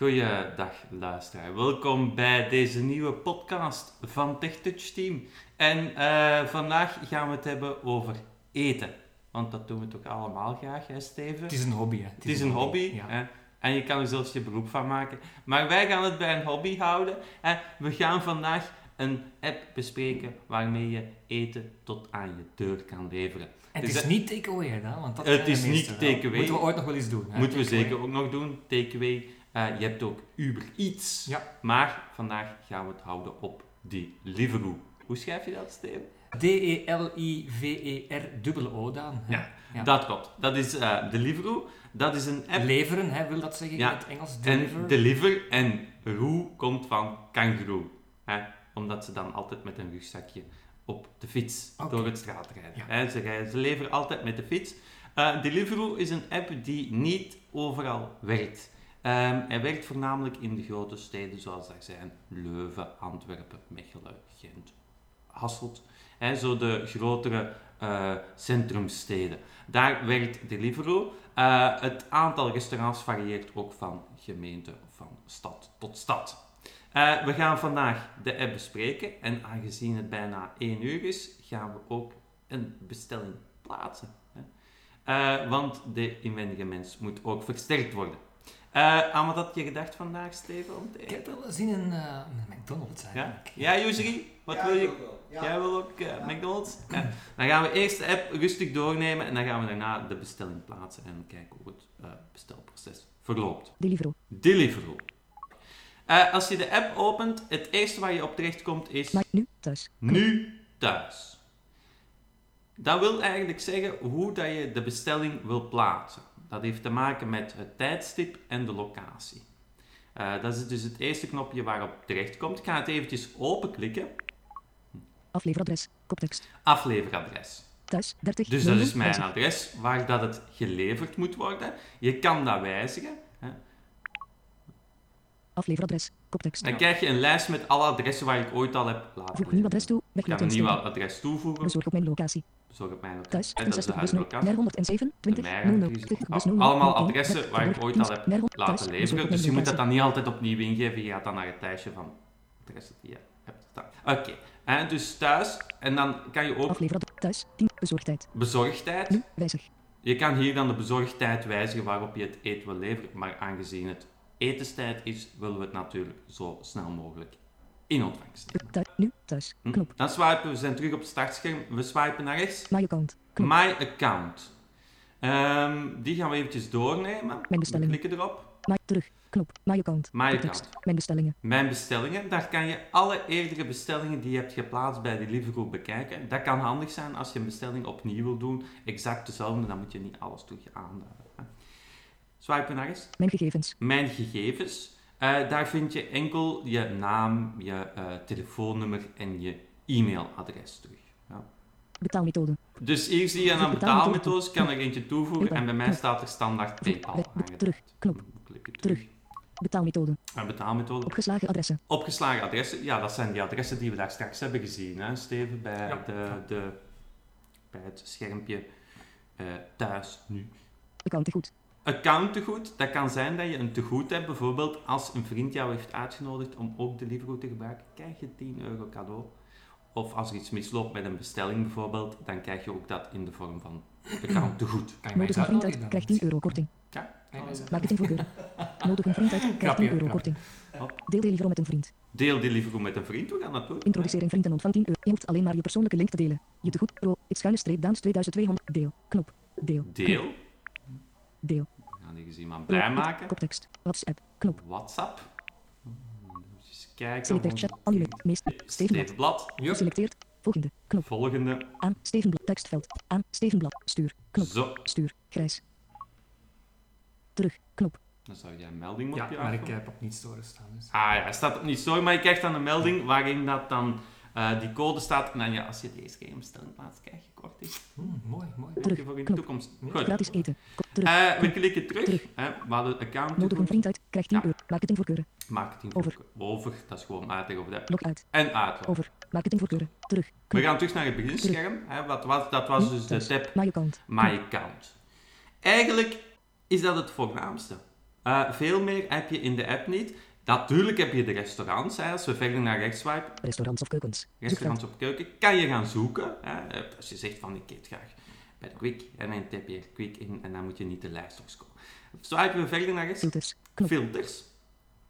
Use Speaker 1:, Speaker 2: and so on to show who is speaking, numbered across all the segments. Speaker 1: Goeiedag luisteraar, welkom bij deze nieuwe podcast van TechTouch Team. En eh, vandaag gaan we het hebben over eten. Want dat doen we toch allemaal graag, hè Steven?
Speaker 2: Het is een hobby, hè?
Speaker 1: Het is een hobby.
Speaker 2: Ja.
Speaker 1: Hè? En je kan er zelfs je beroep van maken. Maar wij gaan het bij een hobby houden. Hè? We gaan vandaag een app bespreken waarmee je eten tot aan je deur kan leveren.
Speaker 2: En
Speaker 1: Dus
Speaker 2: het is
Speaker 1: dat-
Speaker 2: niet takeaway, hè? Dan? Want dat
Speaker 1: Het
Speaker 2: kennen
Speaker 1: is
Speaker 2: de meesten
Speaker 1: niet
Speaker 2: wel.
Speaker 1: takeaway.
Speaker 2: Moeten we ooit nog wel eens doen. hè,
Speaker 1: Moeten we
Speaker 2: takeaway.
Speaker 1: zeker ook nog doen. Takeaway. Eh je hebt ook Uber Eats.
Speaker 2: Ja.
Speaker 1: Maar vandaag gaan we het houden op Deliveroo. Hoe schrijf je dat, Steven?
Speaker 2: D-E-L-I-V-E-R-O dan. hè.
Speaker 1: Ja.
Speaker 2: Ja.
Speaker 1: Dat klopt. Dat is eh Deliveroo. Dat is een app.
Speaker 2: Leveren, hè, wil dat zeggen
Speaker 1: Ja.
Speaker 2: in het Engels?
Speaker 1: En
Speaker 2: Deliver.
Speaker 1: deliver en roe komt van kangaroo. Hè? Omdat ze dan altijd met een rugzakje op de fiets
Speaker 2: Oké.
Speaker 1: door het straat rijden.
Speaker 2: Ja.
Speaker 1: Hè? Ze, rijden- ze leveren altijd met de fiets. Eh, Deliveroo is een app die niet overal werkt. Ehm, hij werkt voornamelijk in de grote steden zoals daar zijn Leuven, Antwerpen, Mechelen, Gent, Hasselt. Hè, zo de grotere eh, centrumsteden. Daar werkt Deliveroo. Eh, het aantal restaurants varieert ook van gemeente of van stad tot stad. Eh, we gaan vandaag de app bespreken en aangezien het bijna 1 uur is, gaan we ook een bestelling plaatsen. Hè? Eh, want de inwendige mens moet ook versterkt worden. Eh, aan wat had je gedacht vandaag, Steven, om te
Speaker 2: Ik heb
Speaker 1: eten?
Speaker 2: wel zin in eh, een McDonald's eigenlijk.
Speaker 1: Ja, Jozeri? Wat wil je?
Speaker 3: Ja.
Speaker 1: Jij wil ook eh, McDonald's? Ja. Dan gaan we eerst de app rustig doornemen en dan gaan we daarna de bestelling plaatsen en kijken hoe het eh, bestelproces verloopt.
Speaker 4: Deliveroo.
Speaker 1: Deliveroo. Eh, als je de app opent, het eerste waar je op terechtkomt is
Speaker 4: Maar nu thuis.
Speaker 1: nu thuis. Dat wil eigenlijk zeggen hoe dat je de bestelling wil plaatsen. Dat heeft te maken met het tijdstip en de locatie. Eh, dat is dus het eerste knopje waarop terechtkomt. Ik ga het eventjes openklikken.
Speaker 4: Afleveradres. Koptekst.
Speaker 1: Afleveradres.
Speaker 4: Thuis 30.
Speaker 1: Dus dat
Speaker 4: nul,
Speaker 1: is mijn
Speaker 4: nul.
Speaker 1: adres waar dat het geleverd moet worden. Je kan dat wijzigen. Hè.
Speaker 4: Afleveradres. Koptekst.
Speaker 1: Dan krijg je een lijst met alle adressen waar ik ooit al heb laten
Speaker 4: Voeg nieuw adres toe.
Speaker 1: Ik ga
Speaker 4: Weglaat
Speaker 1: een nieuw
Speaker 4: instellen.
Speaker 1: adres toevoegen.
Speaker 4: Bezorg op mijn locatie.
Speaker 1: Zorg op mijn adres.
Speaker 4: Thuis
Speaker 1: En dat is de
Speaker 4: 68 bus 0.
Speaker 1: huidige
Speaker 4: Naar 107. 20.
Speaker 1: De
Speaker 4: 00.
Speaker 1: mijne,
Speaker 4: 20
Speaker 1: precies.
Speaker 4: bus 00.
Speaker 1: Allemaal
Speaker 4: 01,
Speaker 1: adressen waar ik
Speaker 4: Werk,
Speaker 1: ooit al
Speaker 4: dienst,
Speaker 1: heb
Speaker 4: naar 100, thuis,
Speaker 1: laten
Speaker 4: bezorg op
Speaker 1: leveren.
Speaker 4: mijn
Speaker 1: Dus je moet dat dan
Speaker 4: locatie.
Speaker 1: niet altijd opnieuw ingeven. Je gaat dan naar het lijstje van adressen die je hebt staan. Oké, En dus thuis. En dan kan je ook
Speaker 4: Afleveradres. Thuis 10. Bezorgdheid.
Speaker 1: bezorgdheid.
Speaker 4: Nu wijzig.
Speaker 1: Je kan hier dan de bezorgdheid wijzigen waarop je het eten wil leveren, maar aangezien het etenstijd is, willen we het natuurlijk zo snel mogelijk in ontvangst nemen.
Speaker 4: Thuis. Nu thuis.
Speaker 1: Hm?
Speaker 4: Knop.
Speaker 1: Dan swipen we, we zijn terug op het startscherm, we swipen naar rechts.
Speaker 4: My account. Knop.
Speaker 1: My account. Ehm, die gaan we eventjes doornemen.
Speaker 4: Mijn
Speaker 1: We
Speaker 4: bestelling.
Speaker 1: klikken erop.
Speaker 4: My terug. Knop. My account.
Speaker 1: My
Speaker 4: Koptekst.
Speaker 1: account.
Speaker 4: Mijn bestellingen.
Speaker 1: Mijn bestellingen. Daar kan je alle eerdere bestellingen die je hebt geplaatst bij Deliveroo bekijken. Dat kan handig zijn als je een bestelling opnieuw wil doen. Exact dezelfde, dan moet je niet alles terug aanduiden. hè. Swipen naar rechts.
Speaker 4: Mijn gegevens.
Speaker 1: Mijn gegevens. Eh, daar vind je enkel je naam, je eh, telefoonnummer en je e-mailadres terug. Ja.
Speaker 4: Betaalmethode.
Speaker 1: Dus hier zie je aan betaalmethodes, ik kan er eentje toevoegen en bij mij staat er standaard PayPal.
Speaker 4: Weg- Terug. Knop.
Speaker 1: Klik het
Speaker 4: Terug. Betaalmethode.
Speaker 1: Aan betaalmethode.
Speaker 4: Opgeslagen adressen.
Speaker 1: Opgeslagen adressen, ja, dat zijn die adressen die we daar straks hebben gezien, hè, Steven, bij,
Speaker 2: Ja.
Speaker 1: de, de, bij het schermpje eh, thuis nu.
Speaker 4: Account goed.
Speaker 1: Accounttegoed, dat kan zijn dat je een tegoed hebt, bijvoorbeeld als een vriend jou heeft uitgenodigd om ook Deliveroo te gebruiken, krijg je 10 euro cadeau. Of als er iets misloopt met een bestelling bijvoorbeeld, dan krijg je ook dat in de vorm van accounttegoed.
Speaker 2: Kan je mij
Speaker 4: Nodig
Speaker 2: eens
Speaker 4: een
Speaker 2: uitnodigen
Speaker 4: vriend uit.
Speaker 2: dan?
Speaker 4: Krijgt 10 euro korting.
Speaker 2: Kan je mij eens uit-
Speaker 4: Marketing voor deur. Nodig een vriend uit. Krijg
Speaker 2: Grapje,
Speaker 4: 10 euro
Speaker 2: grapje.
Speaker 4: korting.
Speaker 1: Hop.
Speaker 4: Deel Deliveroo met een vriend.
Speaker 1: Deel Deliveroo met een vriend, we gaan dat doen.
Speaker 4: Introduceer een vriend en ontvang 10 euro. Je hoeft alleen maar je persoonlijke link te delen. Je tegoed pro. Ik schuine streep daans 2200. Deel. Knop. Deel. Knop.
Speaker 1: Deel.
Speaker 4: Deel.
Speaker 1: We gaan hier eens iemand blij maken.
Speaker 4: Koptekst. WhatsApp. Knop.
Speaker 1: WhatsApp. Hmm, Eens kijken.
Speaker 4: Selecteer chat. Annuleer. Meester. Stevenblad.
Speaker 1: Steven Blad.
Speaker 2: Jup.
Speaker 4: Selecteerd. Volgende. Knop.
Speaker 1: Volgende.
Speaker 4: Aan. Stevenblad. Tekstveld. Aan. Stevenblad. Stuur. Knop.
Speaker 1: Zo.
Speaker 4: Stuur. Grijs. Terug. Knop.
Speaker 1: Dan zou jij een melding moeten
Speaker 2: Ja, maar ik heb op niet storen staan. Dus.
Speaker 1: Ah ja, hij staat op niet sorry, maar je krijgt dan een melding waarin dat dan eh, die code staat. En dan ja, als je deze keer een bestelling plaatst, krijg je korting.
Speaker 2: Hmm, mooi, mooi.
Speaker 1: Heb
Speaker 4: Terug.
Speaker 1: je voor in de
Speaker 4: Knop.
Speaker 1: toekomst. Goed.
Speaker 4: Gratis eten. Ko- Terug.
Speaker 1: Eh, we klikken terug.
Speaker 4: Terug.
Speaker 1: hè, we hadden account.
Speaker 4: Nodig een
Speaker 1: toevoegen.
Speaker 4: vriend uit. Krijgt 10
Speaker 1: Ja.
Speaker 4: euro. Marketingvoorkeuren.
Speaker 1: Marketing.
Speaker 4: Over.
Speaker 1: Over. Dat is gewoon uitleg over de app.
Speaker 4: Log uit.
Speaker 1: En uit.
Speaker 4: Over. Marketingvoorkeuren. Terug.
Speaker 1: We
Speaker 4: Knop.
Speaker 1: gaan terug naar het beginscherm. Hè. Wat was, dat was dus de tab
Speaker 4: My account.
Speaker 1: My Account. Eigenlijk is dat het voornaamste. Eh, veel meer heb je in de app niet. Natuurlijk heb je de restaurants. Hè. Als we verder naar rechts swipen,
Speaker 4: Restaurants of keukens. Zoekveld.
Speaker 1: restaurants op keuken, kan je gaan zoeken. Hè. Eh, Als je zegt van ik eet graag bij de Quick, en dan tap je er Quick in en dan moet je niet de lijst opscoren. Swipen we verder naar rechts.
Speaker 4: Filters. Knop.
Speaker 1: Filters.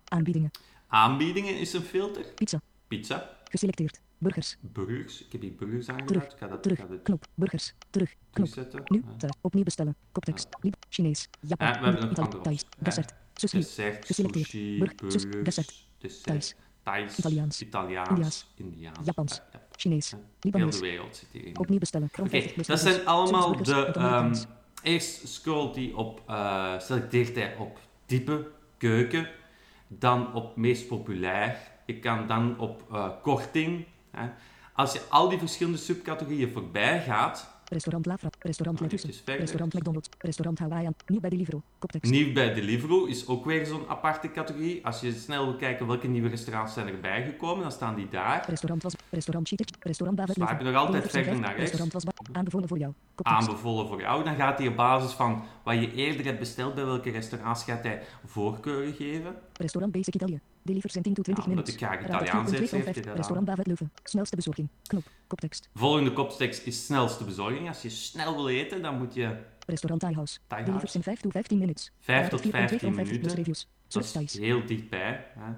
Speaker 4: Aanbiedingen.
Speaker 1: Aanbiedingen is een filter.
Speaker 4: Pizza.
Speaker 1: Pizza,
Speaker 4: Geselecteerd. Burgers.
Speaker 1: burgers. Ik heb hier burgers
Speaker 4: Terug,
Speaker 1: aangeduid. Ik ga dat, ik
Speaker 4: Terug.
Speaker 1: ga dat
Speaker 4: Knop. Burgers. Terug. Knop.
Speaker 1: terugzetten.
Speaker 4: Nu.
Speaker 1: Eh,
Speaker 4: Thuis. Opnieuw bestellen. Koptekst. Lib. Chinees. Japan.
Speaker 1: Ja, we hebben nog
Speaker 4: Italië.
Speaker 1: andere
Speaker 4: Thais.
Speaker 1: opties.
Speaker 4: Dessert. Sushi.
Speaker 1: Dessert,
Speaker 4: Geselecteerd.
Speaker 1: sushi,
Speaker 4: Burg-
Speaker 1: burgers,
Speaker 4: sus- dessert.
Speaker 1: dessert,
Speaker 4: Thais.
Speaker 1: Thais,
Speaker 4: Italiaans.
Speaker 1: Italiaans,
Speaker 4: Indiaas.
Speaker 1: Indiaans,
Speaker 4: Japans.
Speaker 1: eh, ja.
Speaker 4: Chinees.
Speaker 1: Heel de
Speaker 4: Libanees.
Speaker 1: wereld zit hierin. Oké,
Speaker 4: Opnieuw bestellen. Krom 50 plus
Speaker 1: dat
Speaker 4: burgers.
Speaker 1: zijn allemaal
Speaker 4: Soms
Speaker 1: de...
Speaker 4: burgers met Amerikaans.
Speaker 1: ehm, eerst scrollt hij op, eh, selecteert hij op type, keuken, dan op meest populair, je kan dan op eh, korting. Hè. Als je al die verschillende subcategorieën voorbij gaat,
Speaker 4: Restaurant Lafra. Restaurant
Speaker 1: dan
Speaker 4: Letussen.
Speaker 1: Ah, is dus verder.
Speaker 4: Restaurant McDonald's. Restaurant Hawaiian. Nieuw bij Deliveroo. Koptekst.
Speaker 1: Nieuw bij Deliveroo is ook weer zo'n aparte categorie. Als je snel wil kijken welke nieuwe restaurants zijn erbij gekomen, dan staan die daar.
Speaker 4: Restaurant was. Restaurant Cheetah. Restaurant David
Speaker 1: Swipe je nog altijd verder naar rechts.
Speaker 4: Restaurant was. Aanbevolen voor jou. Koptekst.
Speaker 1: Aanbevolen voor jou. Dan gaat hij op basis van wat je eerder hebt besteld, bij welke restaurants gaat hij voorkeuren geven.
Speaker 4: Restaurant Basic Italië. Deliver sent in 2 20
Speaker 1: Ja, omdat
Speaker 4: minutes.
Speaker 1: ik graag
Speaker 4: Raad
Speaker 1: Italiaans eet,
Speaker 4: 4.2 van
Speaker 1: heeft
Speaker 4: 5.
Speaker 1: hij dat
Speaker 4: Restaurant David Leuven. Snelste bezorging. Knop. Koptekst.
Speaker 1: Volgende koptekst is snelste bezorging. Als je snel wil eten, dan moet je
Speaker 4: Restaurant Thai House.
Speaker 1: Thai
Speaker 4: Deliver
Speaker 1: House.
Speaker 4: in 5 to 15 minutes.
Speaker 1: 5
Speaker 4: Raad
Speaker 1: tot
Speaker 4: 4.2 van
Speaker 1: 15
Speaker 4: 5 plus
Speaker 1: minuten.
Speaker 4: reviews.
Speaker 1: dat
Speaker 4: Zoals
Speaker 1: is
Speaker 4: Thais.
Speaker 1: heel dichtbij. Hè.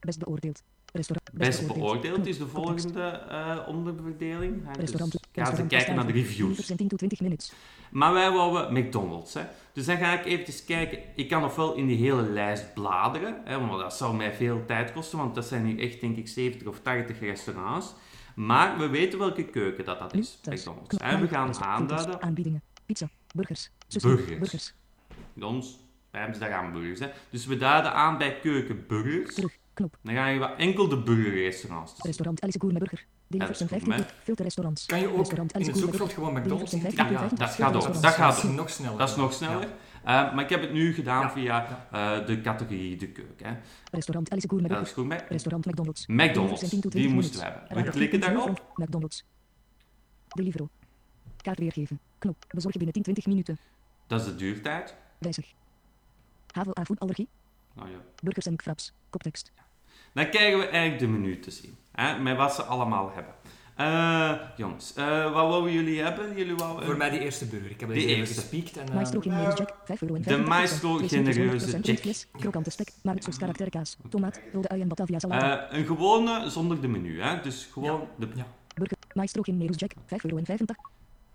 Speaker 4: Best beoordeeld. Restaurant.
Speaker 1: Best beoordeeld
Speaker 4: Knop.
Speaker 1: is de
Speaker 4: Koptekst.
Speaker 1: volgende eh onderverdeling. Hè. Dus
Speaker 4: Restaurant.
Speaker 1: ga ze
Speaker 4: restaurant
Speaker 1: kijken naar de
Speaker 4: Deliver
Speaker 1: reviews.
Speaker 4: sent in 2 20 minutes.
Speaker 1: Maar wij wouden McDonald's. Hè. Dus dan ga ik eventjes kijken. Ik kan nog wel in die hele lijst bladeren. Hè, want dat zou mij veel tijd kosten. Want dat zijn nu echt, denk ik, 70 of 80 restaurants. Maar we weten welke keuken dat, dat
Speaker 4: Nu.
Speaker 1: is.
Speaker 4: Thuis.
Speaker 1: McDonald's.
Speaker 4: Knop.
Speaker 1: En we
Speaker 4: Menu.
Speaker 1: gaan
Speaker 4: Restaurant.
Speaker 1: aanduiden.
Speaker 4: Aanbiedingen. Pizza. Burgers. Sushi.
Speaker 1: Burgers.
Speaker 4: Burgers.
Speaker 1: Bij ons wij hebben ze daar hamburgers. Hè. Dus we duiden aan bij keuken burgers.
Speaker 4: Terug. Knop.
Speaker 1: Dan gaan we enkel de burgerrestaurants. Dus
Speaker 4: Restaurant Alice Gourmet Burger. Deliver
Speaker 1: Alice
Speaker 4: in 15
Speaker 1: Gourmet.
Speaker 4: tot filter restaurants.
Speaker 2: Kan je ook
Speaker 4: Restaurant
Speaker 2: in
Speaker 4: Alice
Speaker 2: het
Speaker 4: Gourmet
Speaker 2: zoekveld
Speaker 4: Burger.
Speaker 2: gewoon McDonald's
Speaker 4: Ja,
Speaker 2: in
Speaker 1: dat gaat ook, dat gaat
Speaker 2: misschien
Speaker 1: ook.
Speaker 2: nog sneller.
Speaker 1: dat is nog sneller. Eh, maar ik heb het nu gedaan
Speaker 2: Ja.
Speaker 1: via eh, de categorie de keuken. Hè.
Speaker 4: Restaurant Alice Gourmet
Speaker 1: Dat
Speaker 4: Burger.
Speaker 1: is goed mee.
Speaker 4: Restaurant McDonald's.
Speaker 1: McDonald's,
Speaker 4: 10 tot
Speaker 1: die
Speaker 4: 20
Speaker 1: moesten we
Speaker 4: minutes.
Speaker 1: hebben. We
Speaker 4: Raad
Speaker 1: klikken
Speaker 4: 10
Speaker 1: daarop.
Speaker 4: van McDonald's. Deliveroo. Kaart weergeven. Knop. Bezorgen binnen 10, 20 minuten.
Speaker 1: Dat is de duurtijd.
Speaker 4: Wijzig. HVA voedallergie.
Speaker 1: Nou ja.
Speaker 4: Burgers en fraps. Koptekst.
Speaker 1: Dan krijgen we eigenlijk de menu te zien. Hè, met wat ze allemaal hebben. Eh, jongens, eh, wat wouden jullie hebben? Jullie wouden...
Speaker 2: Voor mij die eerste burger. Ik heb
Speaker 1: Die
Speaker 2: deze even
Speaker 1: eerste.
Speaker 2: gespiekt. En, eh,
Speaker 4: Maestro genereuze jack. 5 euro en
Speaker 1: De Maestro genereuze jack.
Speaker 4: Krokante stek. Maritsos karakterkaas. Tomaat. Rode ui en Batavia salade.
Speaker 1: Eh, een gewone zonder de menu. Hè? Dus gewoon de...
Speaker 2: ja.
Speaker 4: Burger. Maestro genereuze jack. 5 euro en 85.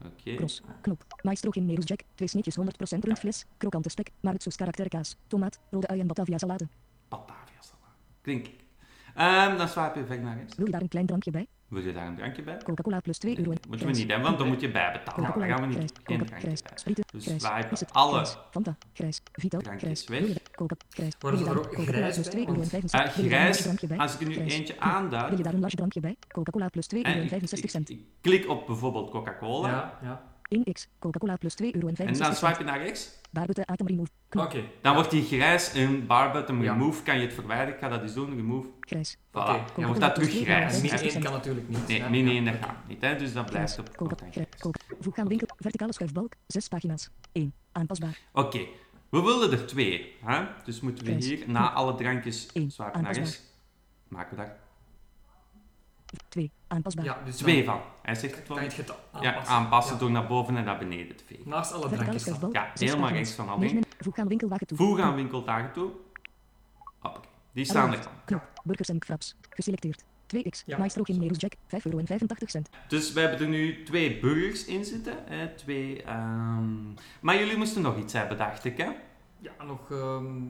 Speaker 1: Oké.
Speaker 4: Cross. Knop. Maestro genereuze jack. Twee sneetjes 100% rundvlees. Krokante stek. Maritsos karakterkaas. Tomaat. Rode ui en Batavia salade.
Speaker 1: Batavia salade. Klink. Ehm, dan swipe je verder naar rechts.
Speaker 4: Wil je daar een klein drankje bij?
Speaker 1: Wil je daar een drankje bij?
Speaker 4: Coca-Cola plus 2 euro.
Speaker 1: Moeten we niet hebben, want dan moet je bijbetalen.
Speaker 4: Coca-Cola,
Speaker 1: Dan gaan we
Speaker 4: grijs,
Speaker 1: niet. Geen
Speaker 4: Coca,
Speaker 1: drankje
Speaker 4: grijs,
Speaker 1: bij.
Speaker 4: sprieten,
Speaker 1: Dus
Speaker 4: grijs,
Speaker 1: wij
Speaker 4: is het,
Speaker 1: alle
Speaker 4: grijs, Fanta, grijs, Vito,
Speaker 1: drankjes
Speaker 4: grijs,
Speaker 1: weg.
Speaker 4: wil je- Coca, grijs, wil
Speaker 2: Worden
Speaker 4: je
Speaker 2: ze
Speaker 4: daar
Speaker 2: er
Speaker 4: een
Speaker 2: ook
Speaker 4: Coca-Cola
Speaker 2: grijs
Speaker 4: plus
Speaker 2: bij?
Speaker 4: 2 euro en
Speaker 2: Want-
Speaker 1: Eh,
Speaker 4: 65 wil je daar een
Speaker 1: grijs,
Speaker 4: large drankje bij?
Speaker 1: Als ik er nu
Speaker 4: Grijs.
Speaker 1: eentje
Speaker 4: Knop. Wil
Speaker 1: aanduid...
Speaker 4: je daar een large drankje bij? Coca-Cola plus 2
Speaker 1: eh,
Speaker 4: euro en
Speaker 1: ik-
Speaker 4: 65
Speaker 1: ik-
Speaker 4: cent.
Speaker 1: ik Klik op bijvoorbeeld Coca-Cola.
Speaker 2: Ja, ja.
Speaker 4: 1x, Coca-Cola plus 2 euro en
Speaker 1: En dan
Speaker 4: 65
Speaker 1: swipe
Speaker 4: cent.
Speaker 1: je naar rechts.
Speaker 4: Barbette item remove.
Speaker 2: Oké.
Speaker 4: Knop,
Speaker 1: Dan wordt die grijs en barbottom
Speaker 2: Ja.
Speaker 1: remove. Kan je het verwijderen? Ik ga dat eens doen. Remove.
Speaker 4: grijs.
Speaker 1: Voilà.
Speaker 2: Oké.
Speaker 1: Dan wordt dat terug
Speaker 2: Ja,
Speaker 1: grijs.
Speaker 2: min
Speaker 1: hè.
Speaker 2: 1 kan natuurlijk niet.
Speaker 1: Nee,
Speaker 2: ja.
Speaker 1: min
Speaker 2: Ja.
Speaker 1: 1 dat gaat niet. Hè? Dus dat blijft op. op
Speaker 4: Coca,
Speaker 1: dan
Speaker 4: grijs,
Speaker 1: grijs. Oké.
Speaker 4: Coca. eh, Voeg aan winkel, verticale schuifbalk, 6 pagina's. 1, aanpasbaar.
Speaker 1: We wilden er twee. Hè? Dus moeten we
Speaker 4: Grijs.
Speaker 1: hier na alle drankjes
Speaker 4: Eén.
Speaker 1: swipen naar
Speaker 4: Aanpasbaar.
Speaker 1: rechts. Maken we daar
Speaker 4: 2, aanpasbaar.
Speaker 2: Ja, dus
Speaker 1: twee
Speaker 2: dan
Speaker 1: van. Hij zegt het wel.
Speaker 2: kan je het getal
Speaker 1: Ja,
Speaker 2: aanpassen.
Speaker 1: aanpassen
Speaker 2: Ja.
Speaker 1: door naar boven en naar beneden te vegen.
Speaker 2: Naast alle
Speaker 4: Verticale
Speaker 2: drankjes dan.
Speaker 4: schuifbalk,
Speaker 1: Ja,
Speaker 4: zes
Speaker 1: helemaal
Speaker 4: pagina's.
Speaker 1: rechts van al
Speaker 4: Negen- Voeg aan winkelwagen toe.
Speaker 1: Voeg aan winkeldagen toe. Hoppakee. Die
Speaker 4: Ah.
Speaker 1: staan er.
Speaker 4: Knop, burgers en fraps. Geselecteerd. 2x,
Speaker 2: Ja.
Speaker 4: Maestro Generous Jack, 5,85 euro.
Speaker 1: Dus we hebben er nu twee burgers in zitten. Hè? Twee, ehm, Maar jullie moesten nog iets hebben, dacht ik. Hè?
Speaker 2: Ja, nog ehm,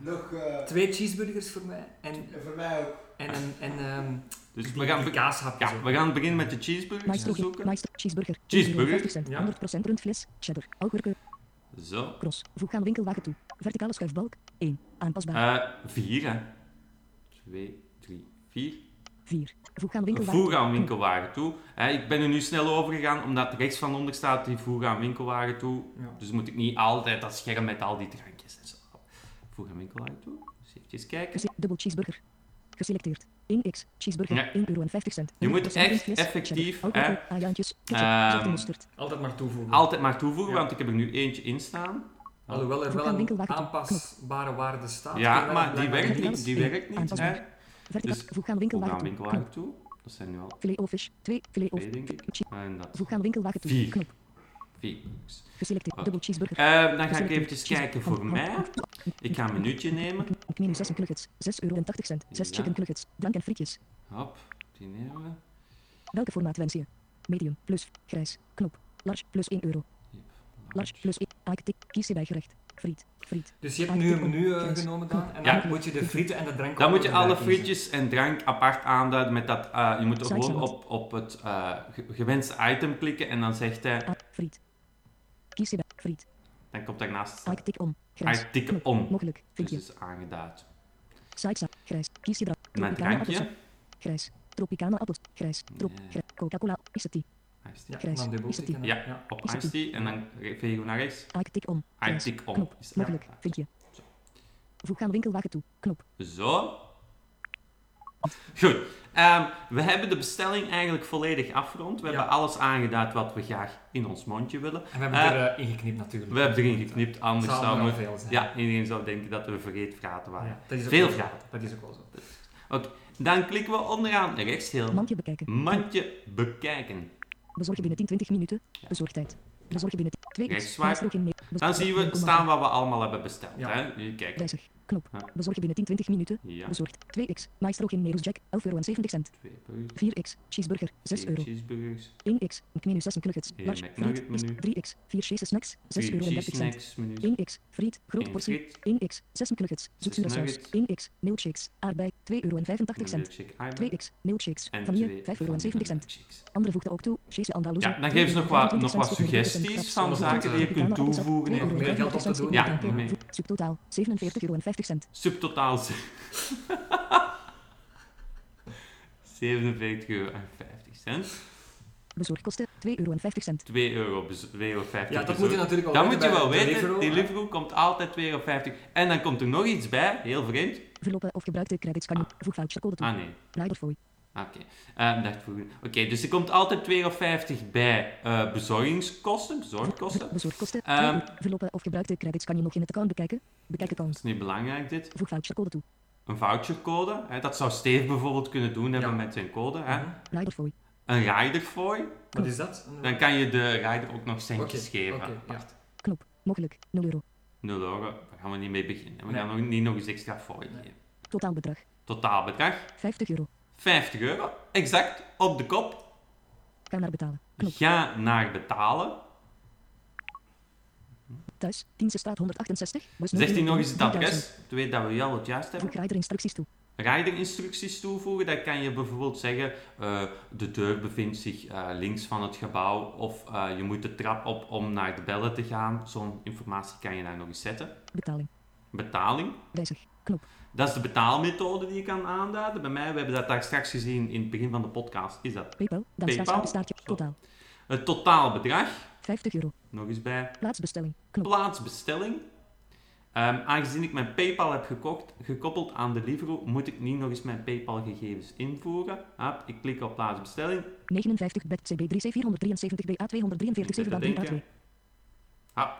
Speaker 3: Nog eh,
Speaker 2: twee cheeseburgers voor mij. En,
Speaker 3: en voor mij ook.
Speaker 2: en, en, en ehm,
Speaker 1: Dus
Speaker 2: die-
Speaker 1: we gaan,
Speaker 2: die
Speaker 1: be-
Speaker 2: kaashapjes
Speaker 1: ja,
Speaker 2: ook.
Speaker 1: we gaan beginnen met de cheeseburgers
Speaker 4: Maestro,
Speaker 1: te
Speaker 4: Gen-
Speaker 1: zoeken.
Speaker 4: Maestro Cheeseburger.
Speaker 1: Cheeseburger?
Speaker 4: 1,50 cent,
Speaker 2: Ja.
Speaker 4: 100% rundvlees, cheddar, augurken,
Speaker 1: Zo.
Speaker 4: cross. Voeg aan winkelwagen toe. Verticale schuifbalk, 1. Aanpasbaar,
Speaker 1: Eh vier, hè. Twee, drie, vier.
Speaker 4: 4. Voeg aan winkelwagen
Speaker 1: Voer aan
Speaker 4: toe.
Speaker 1: winkelwagen toe. Hè, ik ben er nu snel over gegaan, omdat rechts van onder staat die voer aan winkelwagen toe.
Speaker 2: Ja.
Speaker 1: Dus moet ik niet altijd dat scherm met al die drankjes en zo. Voer aan winkelwagen toe. Dus eventjes kijken.
Speaker 4: Gese- Dubbel cheeseburger. Geselecteerd. 1x, cheeseburger,
Speaker 1: Ja.
Speaker 4: 1,50 euro.
Speaker 1: Je moet
Speaker 4: 100%
Speaker 1: echt
Speaker 4: rundvlees,
Speaker 1: effectief,
Speaker 4: cheddar, augurken, ajaantjes, ketchup,
Speaker 1: Ehm,
Speaker 4: zwarte mosterd.
Speaker 2: Altijd maar toevoegen.
Speaker 1: Altijd maar toevoegen,
Speaker 2: Ja.
Speaker 1: want ik heb er nu eentje in staan.
Speaker 2: alhoewel er
Speaker 4: Zoek
Speaker 2: wel
Speaker 4: aan
Speaker 2: een
Speaker 4: winkelwaarde.
Speaker 2: aanpasbare waarde
Speaker 4: Ah,
Speaker 2: staat.
Speaker 1: Ja,
Speaker 2: terwijl
Speaker 1: maar die
Speaker 2: blijkbaar
Speaker 1: werkt
Speaker 4: niet. Ah,
Speaker 1: niet. Die werkt niet.
Speaker 4: Aanpassen.
Speaker 1: Hè?
Speaker 4: Verticaal.
Speaker 1: Dus-
Speaker 4: voeg aan
Speaker 1: Voeg aan
Speaker 4: winkelwagen toe. Knop.
Speaker 1: winkelwagen toe. Dat zijn nu al
Speaker 4: Filet of vis. 2. Filet of
Speaker 1: twee, denk ik.
Speaker 4: chi-
Speaker 1: En dat
Speaker 4: Voeg aan winkelwagen toe.
Speaker 1: Vier.
Speaker 4: Knop.
Speaker 1: vier.
Speaker 4: Geselecteerd.
Speaker 1: Ah.
Speaker 4: Dubbel cheeseburger.
Speaker 1: Eh, dan ga ik
Speaker 4: Geselecteerd.
Speaker 1: eventjes
Speaker 4: Cheese-
Speaker 1: kijken voor
Speaker 4: hand-
Speaker 1: mij.
Speaker 4: hand-
Speaker 1: Ik ga een minuutje nemen.
Speaker 4: Ik neem 6 nuggets. 6 euro en 80 cent. 6
Speaker 1: Ja.
Speaker 4: chicken nuggets. Drank en frietjes.
Speaker 1: Hop, die nemen we.
Speaker 4: Welke formaat wens je? Medium plus grijs. Knop. Large plus 1 euro. Large plus 1. Aaktik. Kies je bijgerecht. Friet. Friet.
Speaker 2: Dus je hebt nu een menu eh,
Speaker 4: Yes.
Speaker 2: genomen dan, en
Speaker 1: Ja.
Speaker 2: dan moet je de frieten en de drank
Speaker 1: Dan moet je
Speaker 2: ook erbij
Speaker 1: alle
Speaker 2: kiezen.
Speaker 1: frietjes en drank apart aanduiden met dat... eh, je moet er
Speaker 4: Zaak
Speaker 1: gewoon
Speaker 4: salad.
Speaker 1: op, op het eh, ge- gewenste item klikken en dan zegt hij...
Speaker 4: A. Ah, Friet. Kies je bij. Friet.
Speaker 1: Dan komt daarnaast
Speaker 4: Aaktik om. Grijs.
Speaker 1: artikel
Speaker 4: Knop.
Speaker 1: om.
Speaker 4: Mogelijk.
Speaker 1: Dus
Speaker 4: Frietje.
Speaker 1: is aangeduid.
Speaker 4: Salsa. Grijs. Kies je bra.
Speaker 1: En dan
Speaker 4: Tropicana
Speaker 1: drankje.
Speaker 4: appels. Grijs. Tropicana appels. Grijs. Trop.
Speaker 1: Nee.
Speaker 4: Grijs. Coca-Cola. Is het die?
Speaker 1: Ice tea.
Speaker 2: Ja,
Speaker 4: Grijs.
Speaker 2: dan dubbel
Speaker 4: Is het die?
Speaker 2: tikken.
Speaker 1: Ja. Op
Speaker 4: Is het
Speaker 1: iced tea en dan vegen we naar rechts.
Speaker 4: Aaktik om. Grijs.
Speaker 1: Iced tea om.
Speaker 4: Knop.
Speaker 1: Is
Speaker 4: Mogelijk.
Speaker 1: aangeduid.
Speaker 4: Vinkje. Voeg aan winkelwagen toe. Knop.
Speaker 1: Zo. Goed. Ehm, we hebben de bestelling eigenlijk volledig afgerond. We
Speaker 2: Ja.
Speaker 1: hebben alles aangeduid wat we graag in ons mondje willen.
Speaker 2: En we hebben
Speaker 1: Eh,
Speaker 2: er eh, ingeknipt natuurlijk.
Speaker 1: We hebben erin geknipt,
Speaker 2: Het
Speaker 1: anders
Speaker 2: zou
Speaker 1: zou
Speaker 2: wel
Speaker 1: we...
Speaker 2: veel zijn.
Speaker 1: Ja, iedereen zou denken dat we vergeet praten waren.
Speaker 2: Ja, dat is ook
Speaker 1: Veel
Speaker 2: wel zo.
Speaker 1: vragen.
Speaker 2: Dat is ook wel zo.
Speaker 1: Dan klikken we onderaan rechts heel
Speaker 4: Mandje bekijken.
Speaker 1: mandje bekijken.
Speaker 4: Dus Bezorgen binnen 10, 20 minuten. Bezorgtijd. Bezorgen binnen 2
Speaker 1: Rechts swipen.
Speaker 4: in mee.
Speaker 1: Dan zien we staan wat we allemaal hebben besteld.
Speaker 2: Ja.
Speaker 1: Hè? Nu kijk.
Speaker 4: Wijzig. Knop.
Speaker 1: Ja.
Speaker 4: Bezorgen binnen 10, 20 minuten.
Speaker 1: Ja,
Speaker 4: Bezorgd. 2x. Maestro in Merus Jack. 11,70 euro.
Speaker 1: twee burgers,
Speaker 4: 4x. Cheeseburger. 6
Speaker 1: twee
Speaker 4: euro.
Speaker 1: cheeseburgers,
Speaker 4: 1x. Menu 6 nuggets.
Speaker 1: Eén
Speaker 4: Large.
Speaker 1: McNugget
Speaker 4: friet, is-
Speaker 1: nou, menu.
Speaker 4: 3x. 4 cheese snacks. 6,30
Speaker 1: drie
Speaker 4: euro.
Speaker 1: cheese snacks, menu,
Speaker 4: 1x. Friet. Grote
Speaker 1: Eén
Speaker 4: portie.
Speaker 1: friet.
Speaker 4: 1x. 6 nuggets. Zoetzure saus.
Speaker 1: nuggets.
Speaker 4: 1x. Milkshakes. Aardbei. 2,85 euro.
Speaker 1: milkshake eiwit
Speaker 4: 2x. Milkshakes.
Speaker 1: en
Speaker 4: Vanille.
Speaker 1: twee
Speaker 4: 5,70 euro.
Speaker 1: milkshakes.
Speaker 4: Andere voegt ook toe. Cheese Andalusia.
Speaker 1: Ja, dan geven ze nog wat- nog wat suggesties van
Speaker 2: zaken die je
Speaker 1: kunt toevoegen en
Speaker 2: meer geld op te doen.
Speaker 1: Ja, nee.
Speaker 4: nee. Subtotaal 47,50 euro.
Speaker 1: Subtotaal ze- 47,50 euro. 2,50
Speaker 4: Bezorgkosten 2,50 euro.
Speaker 1: euro. bez- 2,50 euro
Speaker 2: Ja, dat
Speaker 1: bezorgd.
Speaker 2: moet je natuurlijk wel
Speaker 1: Dat
Speaker 2: weten
Speaker 1: moet je
Speaker 2: bij
Speaker 1: wel weten.
Speaker 2: Deliveroo.
Speaker 1: Deliveroo, komt altijd 2,50 euro. En dan komt er nog iets bij, heel vreemd.
Speaker 4: Verlopen of gebruikte credits kan je. Voeg vouchercode toe.
Speaker 1: Ah nee,
Speaker 4: Riderfooi.
Speaker 1: oké. Eh, dacht voor- Oké, dus er komt altijd 2,50 euro bij eh, bezorgingskosten, bezorgkosten. Dat
Speaker 4: Bezorgkosten
Speaker 1: Ehm.
Speaker 4: 2 euro. Verlopen of gebruikte credits kan je nog in het account bekijken. Bekijk account.
Speaker 1: is niet belangrijk dit.
Speaker 4: Voeg vouchercode toe.
Speaker 1: Een vouchercode, hè, dat zou Steve bijvoorbeeld kunnen doen hebben
Speaker 2: Ja.
Speaker 1: met zijn code. Hè.
Speaker 2: Mhm.
Speaker 4: Riderfooi.
Speaker 1: Een rider voor je.
Speaker 2: Wat is dat? Een-
Speaker 1: dan kan je de rider ook nog
Speaker 2: Mm. Oké,
Speaker 1: centjes geven.
Speaker 2: oké, ja.
Speaker 4: Knop. Mogelijk 0 euro.
Speaker 1: 0 euro, daar gaan we niet mee beginnen. We
Speaker 2: Nee.
Speaker 1: gaan nog niet nog eens extra voor je
Speaker 2: Nee.
Speaker 1: geven.
Speaker 4: Totaalbedrag
Speaker 1: Totaalbedrag
Speaker 4: 50 euro.
Speaker 1: 50 euro, exact op de kop.
Speaker 4: Ga naar betalen. Knop.
Speaker 1: Ga naar betalen.
Speaker 4: Thuis. 10 straat 168. Bus
Speaker 1: Zegt hij nog eens het
Speaker 4: 3000.
Speaker 1: adres? Ik weet dat we jou het juist hebben.
Speaker 4: Voeg rijder-instructies toe.
Speaker 1: Rijder-instructies toevoegen, dan kan je bijvoorbeeld zeggen: eh, de deur bevindt zich eh, links van het gebouw, of eh, je moet de trap op om naar de bellen te gaan. Zo'n informatie kan je daar nog eens zetten.
Speaker 4: Betaling.
Speaker 1: Betaling.
Speaker 4: Wijzig. Knop.
Speaker 1: Dat is de betaalmethode die je kan aanduiden. Bij mij, we hebben dat daar straks gezien in het begin van de podcast, is dat
Speaker 4: PayPal. Dan
Speaker 1: PayPal.
Speaker 4: staat staartje.
Speaker 1: Zo.
Speaker 4: Totaal.
Speaker 1: het totaalbedrag.
Speaker 4: 50 euro.
Speaker 1: Nog eens bij
Speaker 4: Plaatsbestelling. Knop.
Speaker 1: plaatsbestelling. Ehm, aangezien ik mijn PayPal heb gekocht, gekoppeld aan Deliveroo, moet ik niet nog eens mijn PayPal-gegevens invoeren. Hop, ik klik op plaatsbestelling.
Speaker 4: 59 bed CB 3C 473 BA 243 7
Speaker 1: Even
Speaker 4: BA
Speaker 1: denken.
Speaker 4: 2.
Speaker 1: Hop,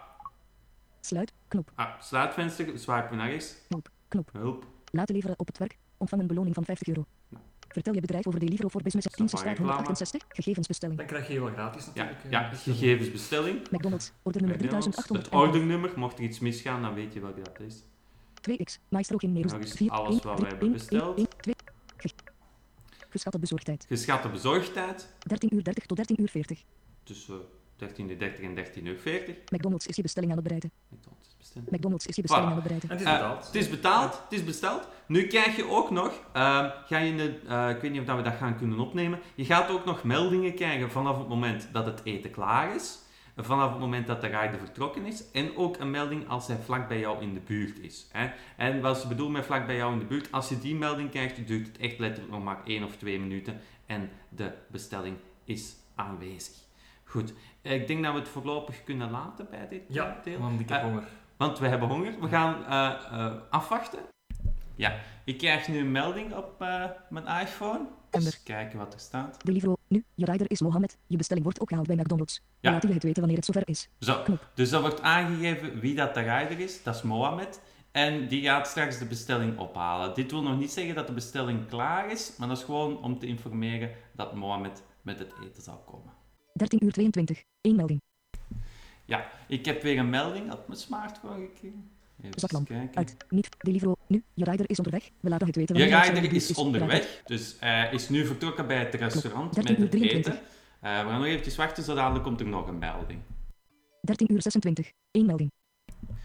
Speaker 4: Sluit. Knop.
Speaker 1: hop, Ah, sluitvenster, swipen we naar rechts.
Speaker 4: Knop. Knop.
Speaker 1: Hulp,
Speaker 4: Laten leveren op het werk. Ontvang een beloning van 50 euro.
Speaker 1: Nou.
Speaker 4: Vertel je bedrijf over Deliveroo voor Business.
Speaker 1: Is dat
Speaker 4: 10
Speaker 1: maar
Speaker 4: staat
Speaker 1: reclame?
Speaker 4: 168. Gegevensbestelling.
Speaker 2: Dan krijg je heel gratis
Speaker 1: ja,
Speaker 2: natuurlijk. eh,
Speaker 1: ja,
Speaker 2: dus, eh,
Speaker 1: gegevensbestelling.
Speaker 4: McDonald's. Order nummer
Speaker 1: Het
Speaker 4: 3800.
Speaker 1: ordernummer, mocht er iets misgaan, dan weet je welke dat is.
Speaker 4: 2x. Maestro in Merus.
Speaker 1: Nog eens
Speaker 4: 4
Speaker 1: alles
Speaker 4: 1
Speaker 1: wat we
Speaker 4: 3
Speaker 1: hebben
Speaker 4: 1
Speaker 1: besteld.
Speaker 4: 1 2. Ge- Geschatte bezorgdheid.
Speaker 1: Geschatte bezorgdheid,
Speaker 4: 13 uur 30 tot 13 uur 40.
Speaker 1: tussen eh, 13.30 en 13.40
Speaker 4: McDonald's is je bestelling aan het bereiden.
Speaker 1: uur.
Speaker 4: McDonald's is je bestelling
Speaker 1: Voilà.
Speaker 4: aan het bereiden.
Speaker 2: Het is
Speaker 1: Eh,
Speaker 2: betaald.
Speaker 1: het is betaald, het is besteld. Nu krijg je ook nog, ehm, ga je in de, eh, ik weet niet of dat we dat gaan kunnen opnemen, je gaat ook nog meldingen krijgen vanaf het moment dat het eten klaar is, vanaf het moment dat de rider vertrokken is, en ook een melding als hij vlak bij jou in de buurt is. Hè. En wat ze bedoelen met vlak bij jou in de buurt, als je die melding krijgt, duurt het echt letterlijk nog maar één of twee minuten en de bestelling is aanwezig. Goed, ik denk dat we het voorlopig kunnen laten bij dit
Speaker 2: Ja,
Speaker 1: deel.
Speaker 2: want ik heb
Speaker 1: Eh,
Speaker 2: honger.
Speaker 1: Want we hebben honger. We gaan eh, eh, afwachten. Ja, ik krijg nu een melding op eh, mijn iPhone.
Speaker 4: Ember.
Speaker 1: Eens kijken wat er staat.
Speaker 4: Deliveroo. Nu, je rider is Mohammed. Je bestelling wordt opgehaald bij McDonald's.
Speaker 1: Ja.
Speaker 4: We laten je het weten wanneer het zover is.
Speaker 1: Zo,
Speaker 4: Knop.
Speaker 1: dus dat wordt aangegeven wie dat de rider is. Dat is Mohamed. En die gaat straks de bestelling ophalen. Dit wil nog niet zeggen dat de bestelling klaar is, maar dat is gewoon om te informeren dat Mohamed met het eten zal komen.
Speaker 4: 13 uur 22. Eén melding.
Speaker 1: Ja, ik heb weer een melding op mijn smartphone gekregen. Even
Speaker 4: Zaklamp.
Speaker 1: kijken.
Speaker 4: Uit. Niet. Deliveroo. Nu, je rider is onderweg. We laten het weten
Speaker 1: Je
Speaker 4: wanneer het zover in
Speaker 1: rider
Speaker 4: de buurt
Speaker 1: is onderweg, dus hij is nu vertrokken bij het restaurant met
Speaker 4: 13 uur
Speaker 1: het eten.
Speaker 4: 23.
Speaker 1: Eh, we gaan nog eventjes wachten, zo dadelijk komt er nog een melding.
Speaker 4: 13 uur 26. Eén melding.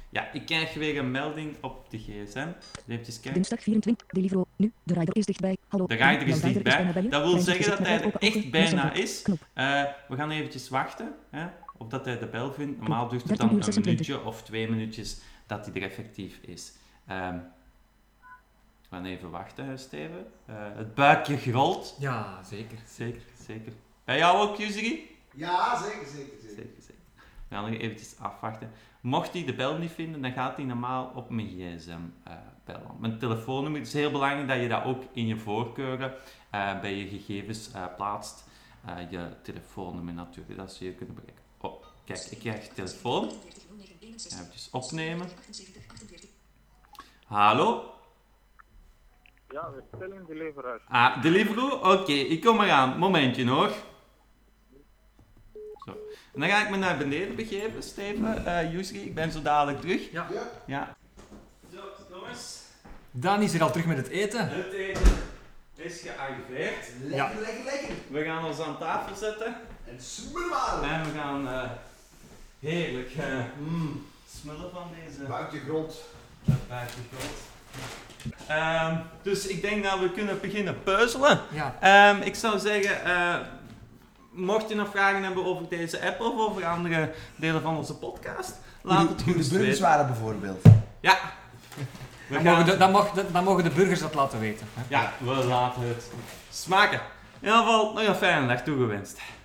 Speaker 1: Ja, ik krijg weer een melding op de gsm. Even kijken.
Speaker 4: Dinsdag 24. Deliveroo. Nu, de rider is dichtbij. Hallo.
Speaker 1: De
Speaker 4: Jouw
Speaker 1: rider is
Speaker 4: bijna
Speaker 1: dichtbij.
Speaker 4: bij je.
Speaker 1: Dat wil
Speaker 4: Mijn
Speaker 1: zeggen dat
Speaker 4: gezicht
Speaker 1: hij
Speaker 4: met
Speaker 1: er
Speaker 4: open ogen.
Speaker 1: echt bijna
Speaker 4: Knop.
Speaker 1: is.
Speaker 4: Knop.
Speaker 1: Eh, we gaan eventjes wachten, hè, of dat hij de bel vindt. Normaal duurt het
Speaker 4: 13 uur
Speaker 1: dan een
Speaker 4: 26.
Speaker 1: minuutje of twee minuutjes dat hij er effectief is. Ehm, we gaan even wachten, hè, Steven. Eh, het buikje grolt.
Speaker 2: Ja, zeker.
Speaker 1: Zeker, zeker. Bij jou ook, Yuzuri?
Speaker 3: Ja, zeker, zeker, zeker.
Speaker 1: Zeker, zeker. We gaan nog eventjes afwachten. Mocht hij de bel niet vinden, dan gaat hij normaal op mijn gsm eh, bellen. Mijn telefoonnummer. Het is heel belangrijk dat je dat ook in je voorkeuren eh, bij je gegevens eh, plaatst. Eh, je telefoonnummer natuurlijk, dat ze je kunnen bereiken. Oh, kijk, ik krijg telefoon. Even opnemen. Hallo?
Speaker 5: Ja, we stellen de leveraar.
Speaker 1: Ah, Deliveroo? Oké, ik kom eraan. Momentje hoor. Zo. En dan ga ik me naar beneden begeven, Steven. Eh Yusri, ik ben zo dadelijk terug.
Speaker 2: Ja.
Speaker 1: Ja. Zo, jongens.
Speaker 2: Daan is er al terug met het eten.
Speaker 1: Het eten is gearriveerd.
Speaker 3: Lekker,
Speaker 2: Ja.
Speaker 3: lekker, lekker.
Speaker 1: We gaan ons aan tafel zetten.
Speaker 3: En smoelwaardig.
Speaker 1: En we gaan eh, heerlijk eh, mm, smullen van deze
Speaker 3: Buikje grond.
Speaker 1: buikje dus ik denk dat we kunnen beginnen puzzelen.
Speaker 2: Ja.
Speaker 1: Ehm, ik zou zeggen, eh, mocht je nog vragen hebben over deze app of over andere delen van onze podcast, laat het
Speaker 3: Hoe
Speaker 1: goed
Speaker 3: de
Speaker 1: eens
Speaker 3: burgers
Speaker 1: weten.
Speaker 3: waren bijvoorbeeld.
Speaker 1: Ja. We
Speaker 2: Dan
Speaker 1: gaan-
Speaker 2: mogen, de, dan, mag- de- dan mogen de burgers dat laten weten. hè.
Speaker 1: Ja, we laten het smaken. In ieder geval, nog een fijne dag toegewenst.